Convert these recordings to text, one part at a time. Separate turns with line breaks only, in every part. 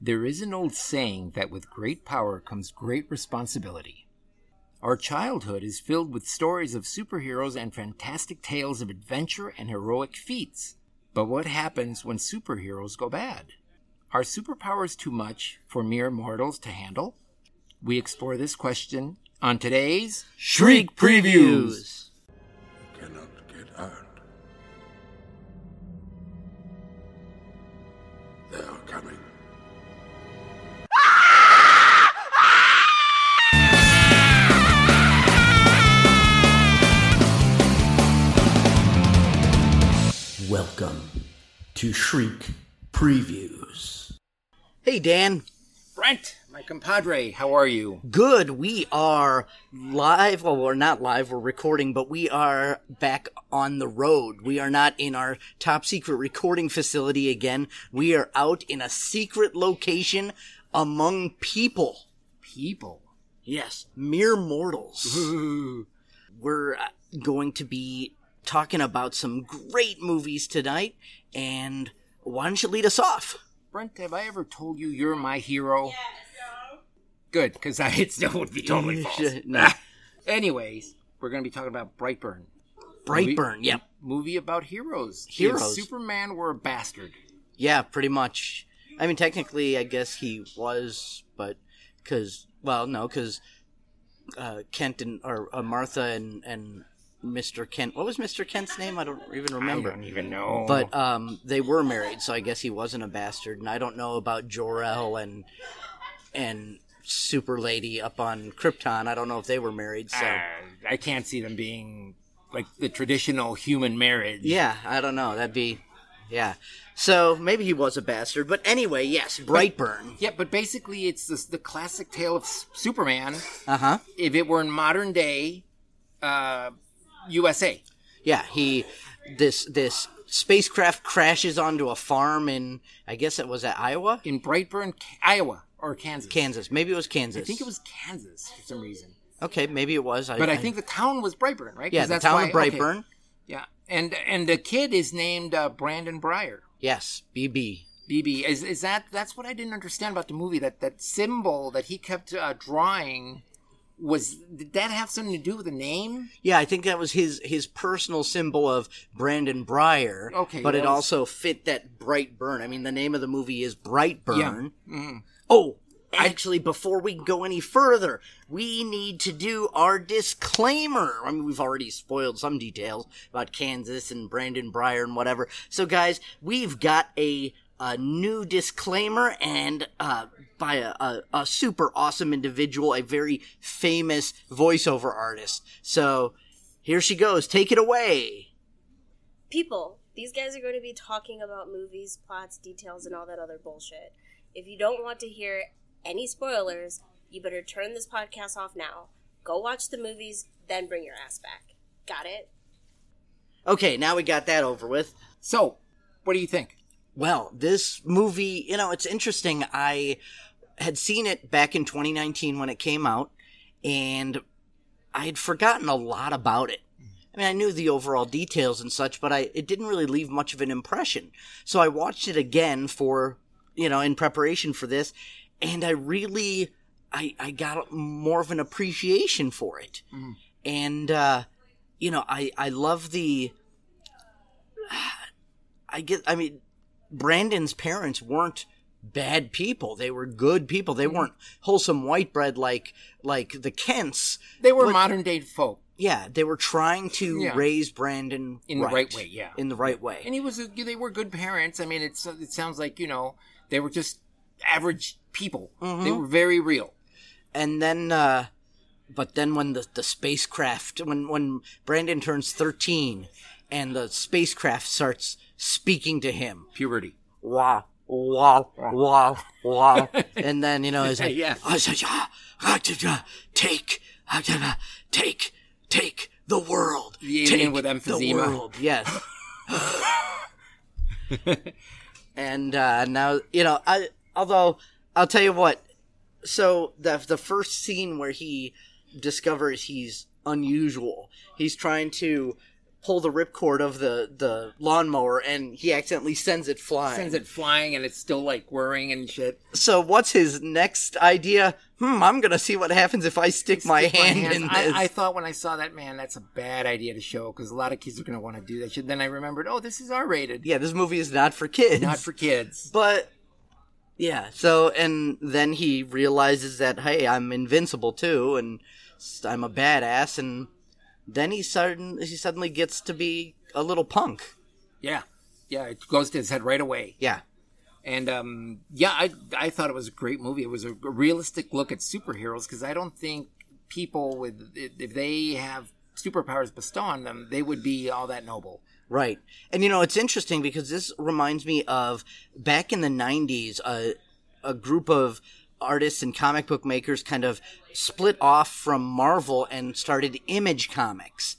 There is an old saying that with great power comes great responsibility. Our childhood is filled with stories of superheroes and fantastic tales of adventure and heroic feats. But what happens when superheroes go bad? Are superpowers too much for mere mortals to handle? We explore this question on today's
Shriek Previews.
cannot get out. They are coming.
Welcome to Shriek Previews.
Hey, Dan.
Brent, my compadre, how are you?
Good. We are live. Well, we're not live. We're recording, but we are back on the road. We are not in our top secret recording facility again. We are out in a secret location among people.
People.
Yes, mere
Mm-hmm.
mortals. we're uh, going to be talking about some great movies tonight, and why don't you lead us off?
Brent, have I ever told you you're my hero? Yes. Good, because it's it would be totally false.
Nah.
Anyways, we're going to be talking about Brightburn,
Brightburn. Yep.
movie about heroes.
Heroes.
If Superman were a bastard.
Yeah, pretty much. I mean, technically, I guess he was, but because well, no, because uh, Kent and or uh, Martha and and Mister Kent. What was Mister Kent's name? I don't even remember.
I don't even know.
But um, they were married, so I guess he wasn't a bastard. And I don't know about Jor El and and Super Lady up on Krypton. I don't know if they were married. So
Uh, I can't see them being like the traditional human marriage.
yeah, I don't know. That'd be yeah. So maybe he was a bastard. But anyway, yes, Brightburn.
Yeah, but basically it's this, the classic tale of S- Superman
Uh huh.
if it were in modern day uh, USA.
Yeah, he this this spacecraft crashes onto a farm in I guess it was at Iowa,
in Brightburn, K- Iowa, or Kansas.
Kansas. Maybe it was Kansas.
I think it was Kansas for some reason.
Okay, maybe it was.
But I, think the town was Brightburn, right? 'Cause
yeah, the
that's
town
why-
of
okay.
Brightburn.
Yeah, and and the kid is named uh, Brandon Breyer.
Yes, BB.
BB is is that that's what I didn't understand about the movie that that symbol that he kept uh, drawing was did that have something to do with the name?
Yeah, I think that was his his personal symbol of Brandon Breyer.
Okay,
but it
well-
also fit that Brightburn. I mean, the name of the movie is Brightburn.
Mhm.
Oh, actually, before we go any further, we need to do our disclaimer. I mean, we've already spoiled some details about Kansas and Brandon Breyer and whatever. So, guys, we've got a, a new disclaimer and uh, by a, a, a super awesome individual, a very famous voiceover artist. So, here she goes. Take it away.
people. These guys are going to be talking about movies, plots, details, and all that other bullshit. If you don't want to hear any spoilers, you better turn this podcast off now. Go watch the movies, then bring your ass back. Got it?
Okay, now we got that over with.
So, what do you think?
Well, this movie, you know, it's interesting. I had seen it back in 2019 when it came out, and I had forgotten a lot about it. I mean, I knew the overall details and such, but I it didn't really leave much of an impression. So I watched it again for you know in preparation for this, and I really I I got more of an appreciation for it, and uh, you know I I love the I get I mean Brandon's parents weren't bad people. They were good people. They
Mm-hmm.
weren't wholesome white bread like like the Kents.
They were
But-
modern day folk
Yeah, they were trying to
Yeah.
raise Brandon
in the right way, yeah.
In the right way.
and he was a, they were good parents. I mean, it's it sounds like you know they were just average people. They
Mm-hmm.
were very real.
and then uh but then when the the spacecraft when when Brandon turns 13 and the spacecraft starts speaking to him
Puberty.
wah wah wah wah and then you know he's like
Yeah.
"I said, "Ah, ah, da, da, take ah, da, da, take take the world
The alien
Take
with
the
emphysema."
world." yes and uh now you know i although i'll tell you what so the the first scene where he discovers he's unusual he's trying to pull the ripcord of the the lawnmower and he accidentally sends it flying.
Sends it flying and it's still like whirring and shit.
So what's his next idea? Hmm, I'm gonna see what happens if I stick, my,
Stick
hand
hands.
in this.
I, I thought when I saw that, man, that's a bad idea to show because a lot of kids are going to want to do that shit. Then I remembered, oh, this is R rated,
yeah, this movie is not for kids.
not for kids.
But yeah, so and then he realizes that hey, I'm invincible too, and s- I'm a badass, and then he sudden he suddenly gets to be a little punk.
Yeah, yeah, it goes to his head right away.
Yeah,
And um, yeah, I I thought it was a great movie. It was a realistic look at superheroes because I don't think people with if they have superpowers bestowed on them, they would be all that noble.
right. And you know, it's interesting because this reminds me of back in the '90s, a a group of artists and comic book makers kind of split off from Marvel and started Image Comics.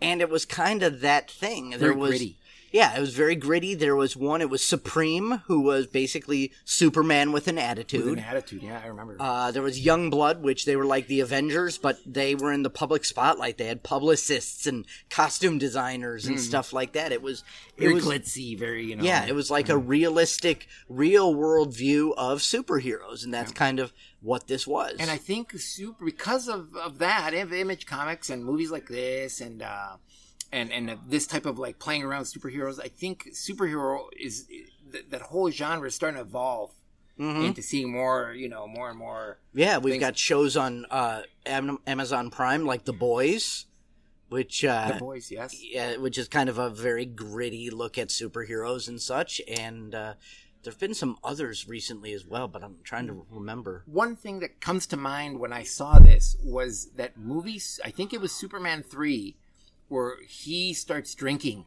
And it was kind of that thing. There
Very
was
gritty.
Yeah, it was very gritty. There was one. It was Supreme, who was basically Superman with an attitude.
With an attitude, yeah, I remember.
uh, there was Young Blood, which they were like the Avengers, but they were in the public spotlight. They had publicists and costume designers
Hmm.
and stuff like that. It was it
very
was
glitzy, very you know.
yeah, it was like a
Hmm.
realistic, real world view of superheroes, and that's kind of what this was.
And I think super because of, of that, of Image Comics and movies like this, and uh, and and this type of like playing around with superheroes, I think superhero is th- that whole genre is starting to evolve into seeing more, you know, more and more.
Mm-hmm. Yeah, we've
Things-
got shows on uh, Am- Amazon Prime like The Boys, which
The
uh,
boys, yes,
yeah, which is kind of a very gritty look at superheroes and such. And uh, there've been some others recently as well, but I'm trying
Mm-hmm.
to remember.
one thing that comes to mind when I saw this was that movie. I think it was Superman three, where he starts drinking.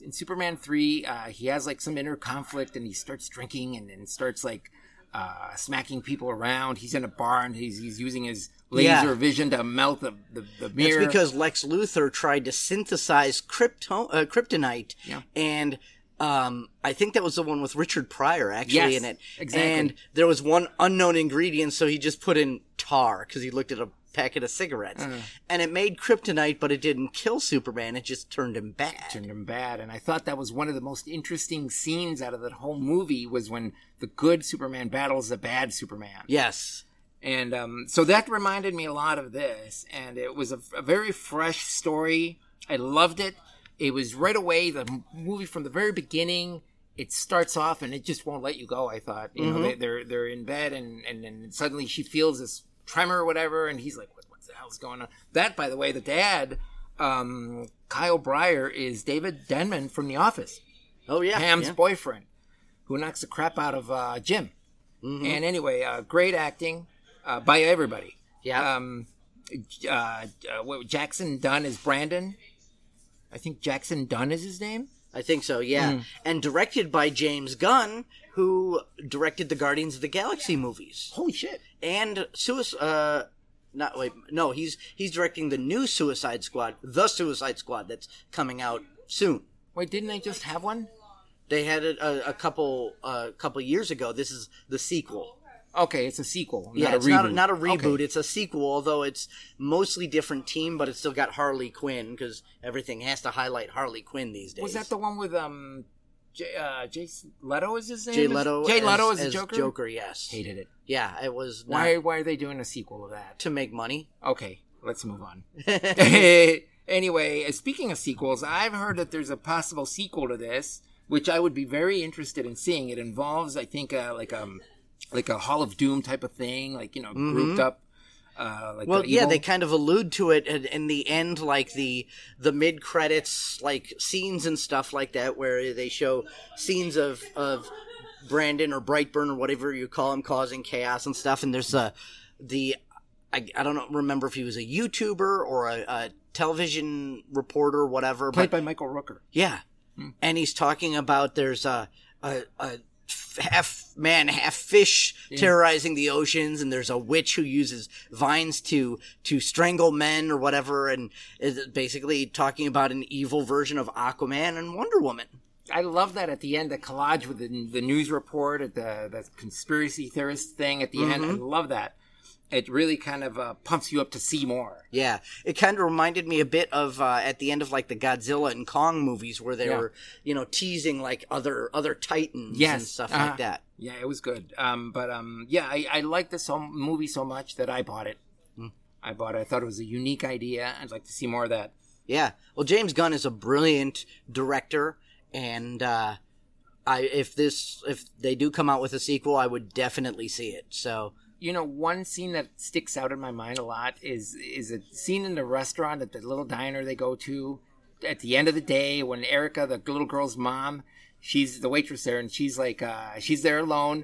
In Superman three, uh, he has like some inner conflict and he starts drinking and, and starts like uh, smacking people around. He's in a bar and he's, he's using his laser
Yeah.
vision to melt the the, the
It's
mirror.
because Lex Luthor tried to synthesize krypto- uh, kryptonite,
Yeah.
and um, I think that was the one with Richard Pryor actually
Yes,
in it.
exactly.
And there was one unknown ingredient, so he just put in tar because he looked at a packet of cigarettes,
Uh.
and it made kryptonite, but it didn't kill Superman; it just turned him bad.
turned him bad and i thought that was one of the most interesting scenes out of that whole movie was when the good superman battles the bad superman
Yes,
And um, so that reminded me a lot of this, and it was a, a very fresh story. I loved it. It was right away the m- movie from the very beginning. It starts off and it just won't let you go. I thought, you know, they, they're they're in bed and, and and suddenly she feels this tremor or whatever, and he's like, "What, what the hell's going on?" That, by the way, the dad, um, Kyle Breyer, is David Denman from The Office.
Oh yeah,
Pam's
yeah.
boyfriend, who knocks the crap out of uh, Jim.
Mm-hmm.
And anyway, uh, great acting uh, by everybody.
Yeah.
Um, uh, uh, what- Jackson Dunn is Brandon. I think Jackson Dunn is his name.
I think so. Yeah,
Mm.
and directed by James Gunn, who directed the Guardians of the Galaxy movies
Holy shit!
and Suicide. Uh, not wait, no, he's he's directing the new Suicide Squad, the Suicide Squad that's coming out soon.
Wait, didn't I just have one?
They had it a, a couple a couple years ago. This is the sequel.
Okay, it's a sequel. Not
Yeah,
a
it's
reboot.
not, not a reboot.
Okay.
It's a sequel, although it's mostly different team, but it's still got Harley Quinn because everything has to highlight Harley Quinn these days.
Was that the one with um, J- uh, Jason Leto? Is his name?
Jay Leto?
Jay Leto
as,
is the
as
Joker.
Joker, yes.
Hated it.
Yeah, it was not
Why? Why are they doing a sequel of that?
to make money.
Okay, let's move on. anyway, uh, speaking of sequels, I've heard that there's a possible sequel to this, which I would be very interested in seeing. It involves, I think, uh, like um, like a Hall of Doom type of thing, like you know, grouped up. Uh, like
Well,
the
yeah,
evil-
they kind of allude to it in, in the end, like the the mid credits, like scenes and stuff like that, where they show scenes of of Brandon or Brightburn or whatever you call him causing chaos and stuff. And there's uh, the I, I don't know- remember if he was a YouTuber or a, a television reporter, or whatever.
played
but
by Michael Rooker.
yeah,
Hmm.
and he's talking about there's a a, a f- half man, half fish terrorizing the oceans, and there's a witch who uses vines to to strangle men or whatever, and is basically talking about an evil version of Aquaman and Wonder Woman.
I love that at the end, the collage Mm-hmm. with the, the news report at the the conspiracy theorist thing at the end. I love that. It really kind of uh, pumps you up to see more.
Yeah, it kind of reminded me a bit of uh, at the end of like the Godzilla and Kong movies where they
Yeah.
were, you know, teasing like other other titans and
Yes,
stuff
uh-huh.
like that.
Yeah, it was good. Um, but um, yeah, I, I liked this so, movie so much that I bought it.
Hmm.
I bought it. I thought it was a unique idea. I'd like to see more of that.
Yeah. Well, James Gunn is a brilliant director, and uh, I if this if they do come out with a sequel, I would definitely see it. So
You know, one scene that sticks out in my mind a lot is is a scene in the restaurant at the little diner they go to. At the end of the day, when Erica, the little girl's mom, she's the waitress there, and she's like, uh, she's there alone,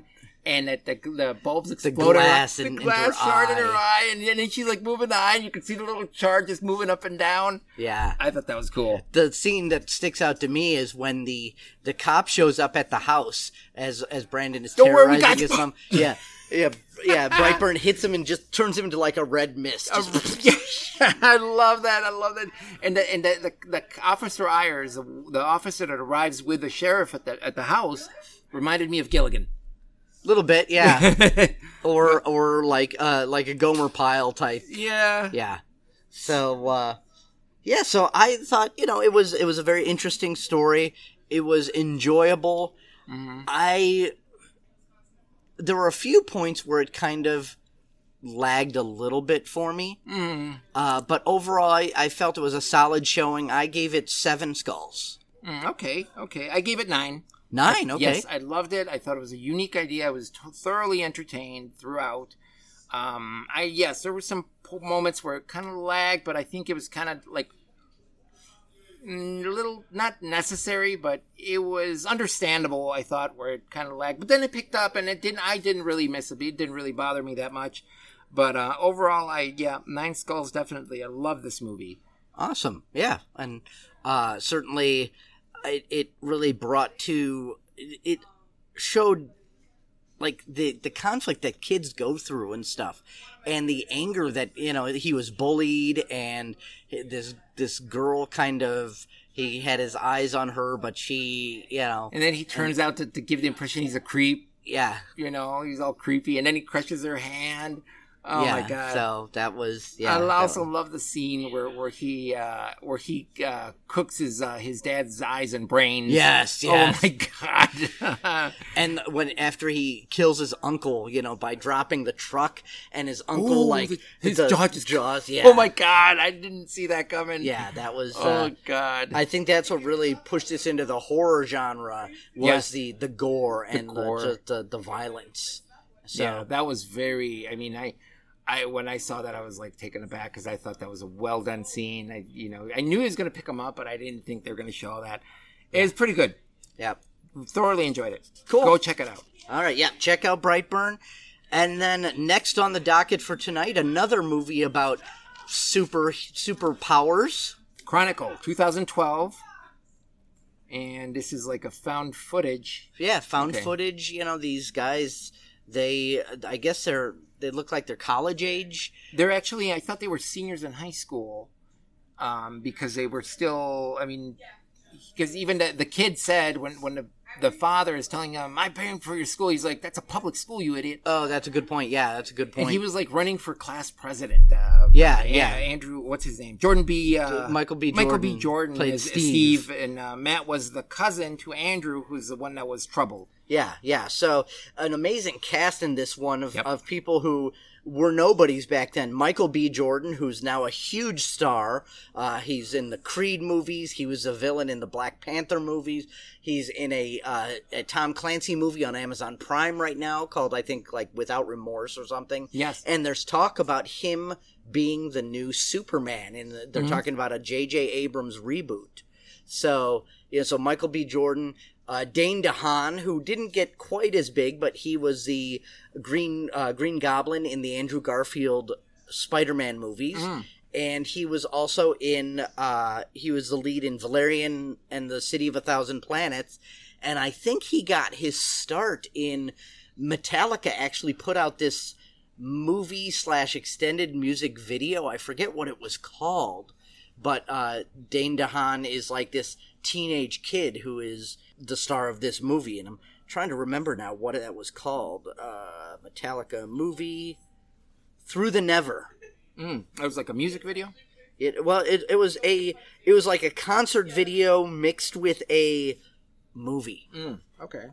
and that the, the bulbs explode. her-
glass
the
in- into
glass
her
shard in her
eye.
eye, and, then she's like moving the eye, and you can see the little shard just moving up and down.
yeah.
I thought that was cool.
the scene that sticks out to me is when the the cop shows up at the house as as Brandon is
Don't worry, we
terrorizing
got
his
you.
mom. Yeah, yeah, yeah. Brightburn hits him and just turns him into like a red mist. Just-
I love that. I love that. And the, and the, the, the officer Ayers, the, the officer that arrives with the sheriff at the at the house, reminded me of Gilligan.
little bit, yeah. or or like uh like a Gomer pile type.
yeah.
Yeah. So uh yeah, so I thought, you know, it was it was a very interesting story. It was enjoyable. I there were a few points where it kind of lagged a little bit for me. Uh, but overall, I, I felt it was a solid showing. I gave it seven skulls.
Mm, okay. Okay. I gave it nine.
Nine, okay.
Yes, I loved it. I thought it was a unique idea. I was t- thoroughly entertained throughout. Um, I yes, there were some po- moments where it kind of lagged, but I think it was kind of like mm, a little not necessary, but it was understandable. I thought where it kind of lagged, but then it picked up, and it didn't. I didn't really miss it. It didn't really bother me that much. But uh, overall, I yeah, Nine Skulls definitely. I love this movie.
Awesome. Yeah. And uh, certainly it, it really brought to it it showed like the the conflict that kids go through and stuff and the anger that you know he was bullied and this this girl kind of he had his eyes on her but she you know
And then he turns out to, to give the impression he's a creep.
yeah
you know, he's all creepy, and then he crushes her hand. Oh
yeah
my god!
so that was yeah
I
that
also
was-
love the scene where where he uh, where he uh, cooks his uh, his dad's eyes and brains.
Yes, yes.
Oh my god! Oh,
and when after he kills his uncle you know by dropping the truck and his uncle
Ooh,
like
the- his
the
jaw just-
jaws yeah
Oh my god! I didn't see that coming.
Yeah, that was.
Oh
Uh,
god!
I think that's what really pushed this into the horror genre was
Yes.
the the gore and the
gore.
just the, the violence. So
yeah, that was very. I mean, I. I, when I saw that, I was like taken aback because I thought that was a well done scene. I, you know, I knew he was going to pick him up, but I didn't think they were going to show all that. It was pretty good.
yeah.
Thoroughly enjoyed it.
Cool.
Go check it out.
All right, yeah. Check out Brightburn, and then next on the docket for tonight, another movie about super superpowers.
Chronicle 2012. And this is like a found footage.
Yeah, found
Okay.
footage. You know, these guys. They, I guess they're they look like they're college age.
They're actually, I thought they were seniors in high school um, because they were still, I mean, because even the, the kid said when, when the, the father is telling him, I'm paying for your school, he's like, that's a public school, you idiot.
Oh, that's a good point. Yeah, that's a good point.
And he was like running for class president. Uh,
Yeah,
uh,
yeah.
Andrew, what's his name? Jordan B. Uh,
Michael B.
Michael B.
Jordan
Jordan
played
is
Steve.
Steve, and uh, Matt was the cousin to Andrew, who's the one that was troubled.
Yeah, yeah. So an amazing cast in this one of,
Yep.
of people who were nobodies back then. Michael B. Jordan, who's now a huge star. Uh, he's in the Creed movies. He was a villain in the Black Panther movies. He's in a, uh, a Tom Clancy movie on Amazon Prime right now called, I think, like Without Remorse or something.
Yes.
And there's talk about him being the new Superman, and the- they're talking about a J.J. Abrams reboot. So you know, so Michael B. Jordan, uh, Dane DeHaan, who didn't get quite as big, but he was the Green uh, Green Goblin in the Andrew Garfield Spider-Man movies,
Mm-hmm.
and he was also in uh, he was the lead in Valerian and the City of a Thousand Planets, and I think he got his start in Metallica. Actually, put out this movie slash extended music video. I forget what it was called, but uh, Dane DeHaan is like this teenage kid who is the star of this movie, and I'm trying to remember now what that was called. Uh, Metallica movie Through the Never.
Mm, it was like a music video.
It well, it, it was a it was like a concert video mixed with a movie.
Mm, okay.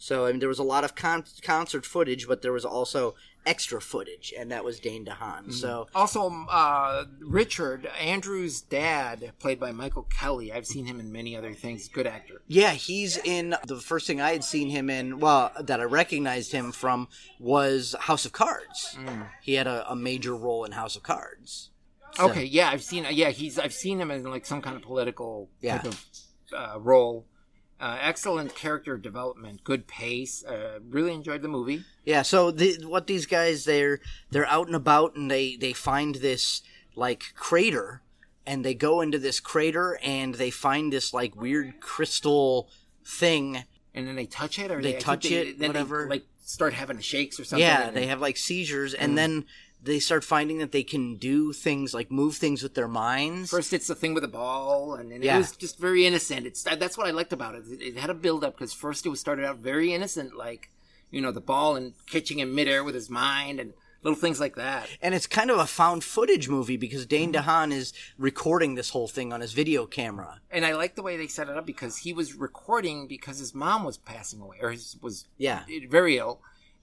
So I mean, there was a lot of con- concert footage, but there was also extra footage, and that was Dane DeHaan. So
Also, um, uh, Richard Andrew's dad, played by Michael Kelly. I've seen him in many other things. Good actor.
yeah, he's in the first thing I had seen him in. Well, that I recognized him from was House of Cards. He had a, a major role in House of Cards. So-
Okay, yeah, I've seen. Yeah, he's. I've seen him in like some kind of political
Yeah.
type of uh, role. Uh, excellent character development, good pace. Uh, really enjoyed the movie.
Yeah, so the, what these guys they're they're out and about and they they find this like crater and they go into this crater and they find this like weird crystal thing.
And then they touch it, or
They
I think
touch it,
then they,
whatever.
like start having shakes or something. Mm.
yeah,
and
they have like seizures and then they start finding that they can do things like move things with their minds.
First, it's the thing with the ball, and, and
Yeah.
it was just very innocent. It's that's what I liked about it. It, it had a build up because first it was started out very innocent, like you know the ball and catching in midair with his mind and little things like that.
and it's kind of a found footage movie because Dane
Mm.
DeHaan is recording this whole thing on his video camera.
And I like the way they set it up because he was recording because his mom was passing away or his, was
Yeah.
very ill,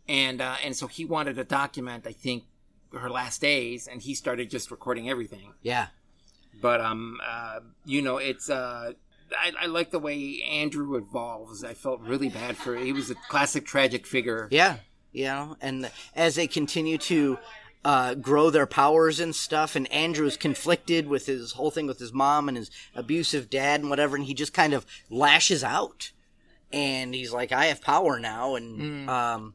and uh, and so he wanted to document, I think, her last days, and he started just recording everything.
Yeah.
but um, uh, you know, it's uh, I, I like the way Andrew evolves. I felt really bad for he was a classic tragic figure.
Yeah, you know, and as they continue to uh, grow their powers and stuff, and Andrew's conflicted with his whole thing with his mom and his abusive dad and whatever, and he just kind of lashes out, and he's like, "I have power now," and
Mm.
um,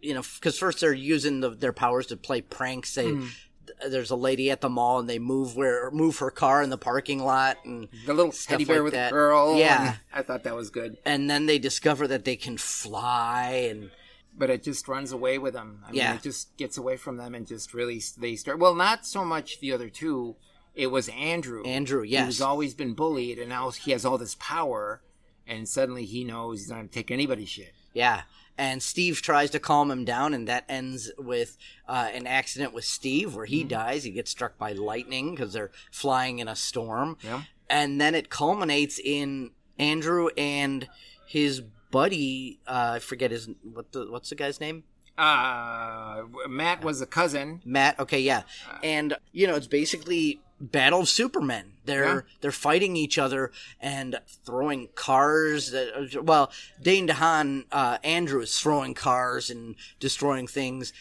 you know, because first they're using the, their powers to play pranks. They
Mm.
th- There's a lady at the mall, and they move where move her car in the parking lot, and
The little teddy bear
like
with
that.
the girl.
Yeah.
and I thought that was good,
and then they discover that they can fly, and
but it just runs away with them. I mean,
Yeah.
it just gets away from them and just really they start. Well, not so much the other two. It was Andrew.
Andrew,
He
yes,
was always been bullied, and now he has all this power, and suddenly he knows he's not going to take anybody's shit.
Yeah. And Steve tries to calm him down, and that ends with uh, an accident with Steve where he dies. He gets struck by lightning because they're flying in a storm.
Yeah.
And then it culminates in Andrew and his buddy. Uh, I forget his what the what's the guy's name?
Uh, Matt was a cousin.
Matt. Okay, yeah. And you know, it's basically Battle of Supermen. They're they're fighting each other and throwing cars. That, well, Dane DeHaan, uh, Andrew is throwing cars and destroying things.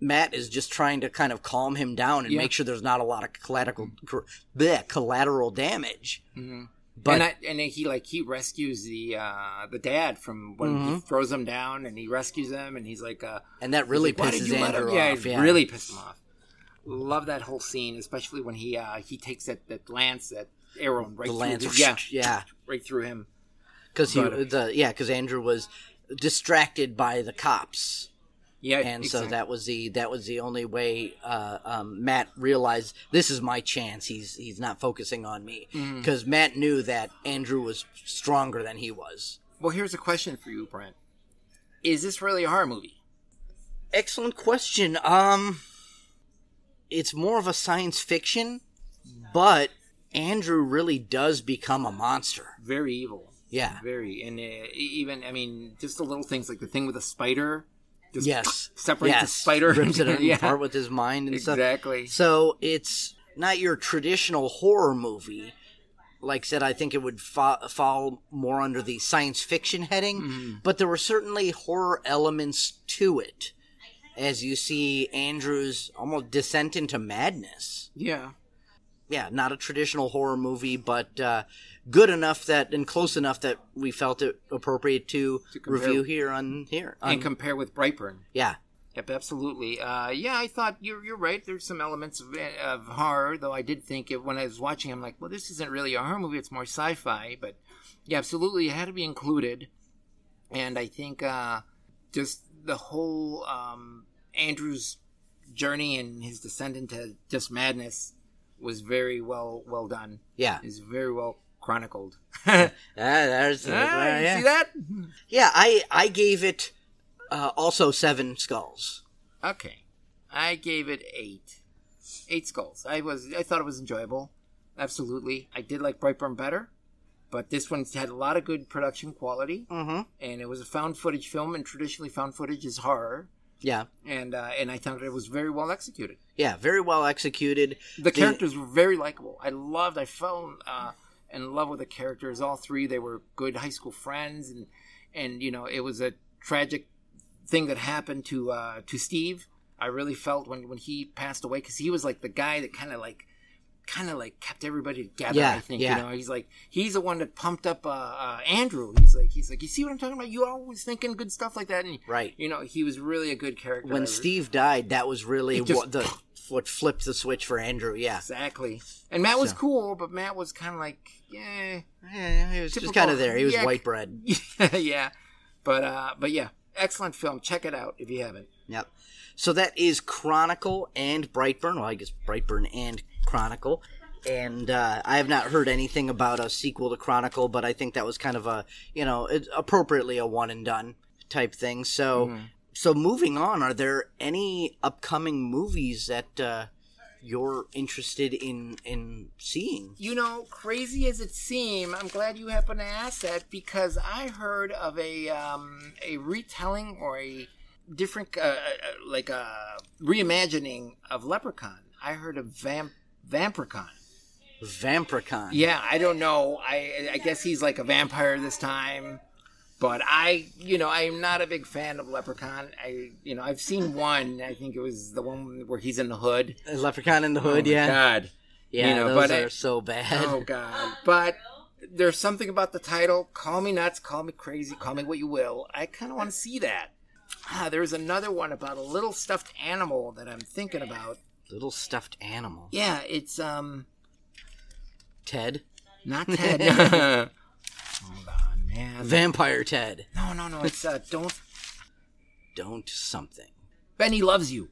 Matt is just trying to kind of calm him down and
Yeah.
make sure there's not a lot of collateral cor- bleh, collateral damage. But
and, I, and then he like he rescues the uh, the dad from when
Mm-hmm.
he throws him down, and he rescues him, and he's like, uh,
and that really
he's like, "Why did
pisses
you let him?"
Andrew
Yeah,
off.
it really pissed him off. Love that whole scene, especially when he uh, he takes that that lance, that arrow, and right
the
through
Lance.
his- yeah,
yeah.
right through him.
Because he,
But- uh,
the yeah, because Andrew was distracted by the cops.
Yeah,
and so
exactly.
that was the that was the only way uh, um, Matt realized this is my chance. He's he's not focusing on me because Matt knew that Andrew was stronger than he was.
Well, here's a question for you, Brent: Is this really a horror movie?
Excellent question. Um, it's more of a science fiction, but Andrew really does become a monster.
Very evil.
Yeah.
very, and uh, e- even I mean, just the little things like the thing with the spider. Just
Yes.
separates the
yes.
spider.
Rips it
Yeah.
apart with his mind and stuff.
Exactly.
So it's not your traditional horror movie. Like I said, I think it would fa- fall more under the science fiction heading, but there were certainly horror elements to it, as you see Andrew's almost descent into madness.
Yeah.
Yeah, not a traditional horror movie, but uh, good enough that and close enough that we felt it appropriate to,
compare-
review here on here. On,
and compare with Brightburn.
yeah,
Um, Yep, absolutely. Uh, yeah, I thought you're you're right. There's some elements of, of horror, though. I did think it, when I was watching, I'm like, well, this isn't really a horror movie. It's more sci-fi. But yeah, absolutely, it had to be included. And I think uh, just the whole um, Andrew's journey and his descent into just madness was very well well done.
yeah.
Is very well chronicled.
Ah, there's
Ah, you
yeah.
See that?
Yeah, I I gave it uh, also seven skulls.
Okay. I gave it eight, eight skulls. I was I thought it was enjoyable. Absolutely, I did like Brightburn better, but this one had a lot of good production quality,
Mm-hmm.
and it was a found footage film, and traditionally found footage is horror,
Yeah.
and uh, and I thought it was very well executed.
Yeah. Very well executed.
The characters were very likable. I loved. I fell uh, in love with the characters. All three. They were good high school friends, and and you know it was a tragic thing that happened to uh, to Steve. I really felt when when he passed away because he was like the guy that kind of like kind of like kept everybody together.
Yeah,
I think
yeah.
you know he's like he's the one that pumped up uh, uh, Andrew. He's like he's like you see what I'm talking about. You always thinking good stuff like that, and
Right.
you know he was really a good character. I
When
re-
Steve died, that was really
It just-
what the what flipped the switch for Andrew. Yeah.
exactly, and Matt was
So-
cool, but Matt was kind of like yeah.
Yeah, he was just
Typical-
kind of there. He was
yeah.
white bread.
yeah, but uh, but yeah, excellent film. Check it out if you haven't.
Yep. So that is Chronicle and Brightburn. Well, I guess Brightburn and Chronicle. And uh, I have not heard anything about a sequel to Chronicle, but I think that was kind of a you know it, appropriately a one and done type thing. So
Mm-hmm.
so moving on, are there any upcoming movies that uh, you're interested in in seeing?
You know, crazy as it seems, I'm glad you happen to ask that because I heard of a um, a retelling or a different uh, uh, like a reimagining of Leprechaun. I heard of Vamp Vampricon.
Vampricon.
Yeah, I don't know. I I guess he's like a vampire this time. But I, you know, I'm not a big fan of Leprechaun. I, you know, I've seen one. I think it was the one where he's in the hood.
Leprechaun in the
Oh
Hood.
my
yeah,
God.
yeah,
you know,
those
but I-
are so bad.
Oh God. But there's something about the title. Call me nuts. Call me crazy. Call me what you will. I kind of want to see that. Ah, there's another one about a little stuffed animal that I'm thinking about.
Little stuffed animal.
Yeah, it's um
Ted.
not Ted. Hold on, man.
Vampire Ted.
no, no, no. It's uh, don't.
Don't something.
Benny loves you.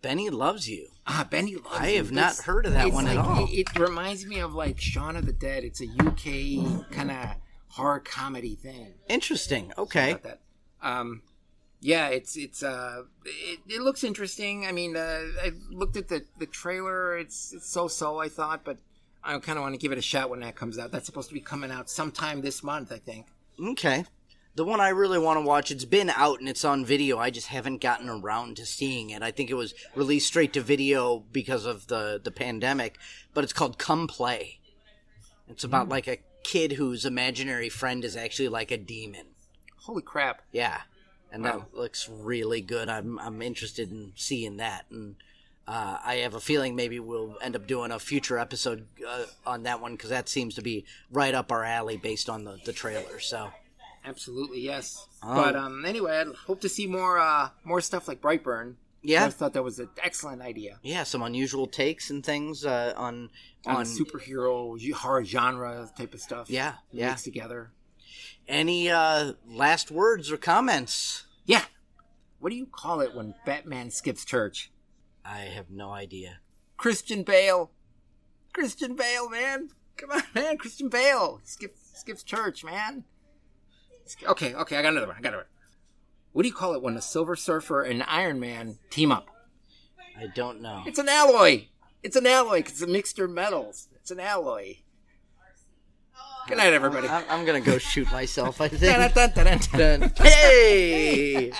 Benny loves you.
Ah, Benny loves
I
you.
have not
It's-
heard of that
it's
one at
like-
all.
It, it reminds me of like Shaun of the Dead. It's a UK kind of horror comedy thing.
Interesting. Okay.
about that. Um, yeah, it's it's uh, it, it looks interesting. I mean, uh, I looked at the the trailer. It's it's so so. I thought, but I kind of want to give it a shot when that comes out. That's supposed to be coming out sometime this month, I think.
Okay. The one I really want to watch, it's been out and it's on video. I just haven't gotten around to seeing it. I think it was released straight to video because of the, the pandemic, but it's called Come Play. It's about like a kid whose imaginary friend is actually like a demon.
Holy crap!
Yeah, and
Wow.
that looks really good. I'm I'm interested in seeing that, and uh, I have a feeling maybe we'll end up doing a future episode uh, on that one because that seems to be right up our alley based on the the trailer. So
Absolutely yes.
Oh.
But um, anyway, I hope to see more uh more stuff like Brightburn.
yeah,
I thought that was an excellent idea
yeah, some unusual takes and things uh, on
on,
on.
superhero ge- horror genre type of stuff.
Yeah, yeah.
mixed together.
Any uh, last words or comments?
Yeah. What do you call it when Batman skips church?
I have no idea.
Christian Bale. Christian Bale, man. Come on, man. Christian Bale. Skip, skips church, man. Sk- Okay, okay. I got another one. I got another one. What do you call it when a Silver Surfer and Iron Man team up?
I don't know.
It's an alloy. It's an alloy. 'cause It's a mixture of metals. It's an alloy. Good night, everybody.
I'm, I'm gonna go shoot myself. I think.
Dun-dun-dun-dun-dun.
hey!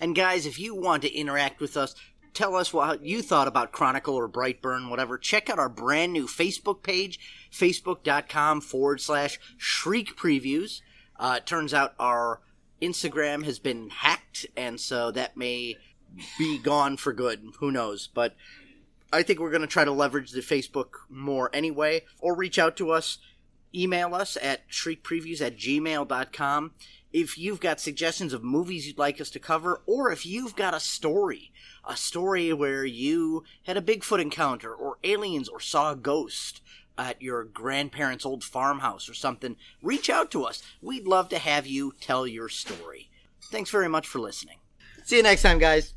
and guys, if you want to interact with us, tell us what you thought about Chronicle or Brightburn, whatever, check out our brand new Facebook page, facebook.com forward slash shriek previews. Uh, it turns out our Instagram has been hacked, and so that may be gone for good. Who knows? But I think we're going to try to leverage the Facebook more anyway, or reach out to us email us at shriekpreviews at gmail.com if you've got suggestions of movies you'd like us to cover or if you've got a story a story where you had a bigfoot encounter or aliens or saw a ghost at your grandparents old farmhouse or something reach out to us we'd love to have you tell your story thanks very much for listening see you next time guys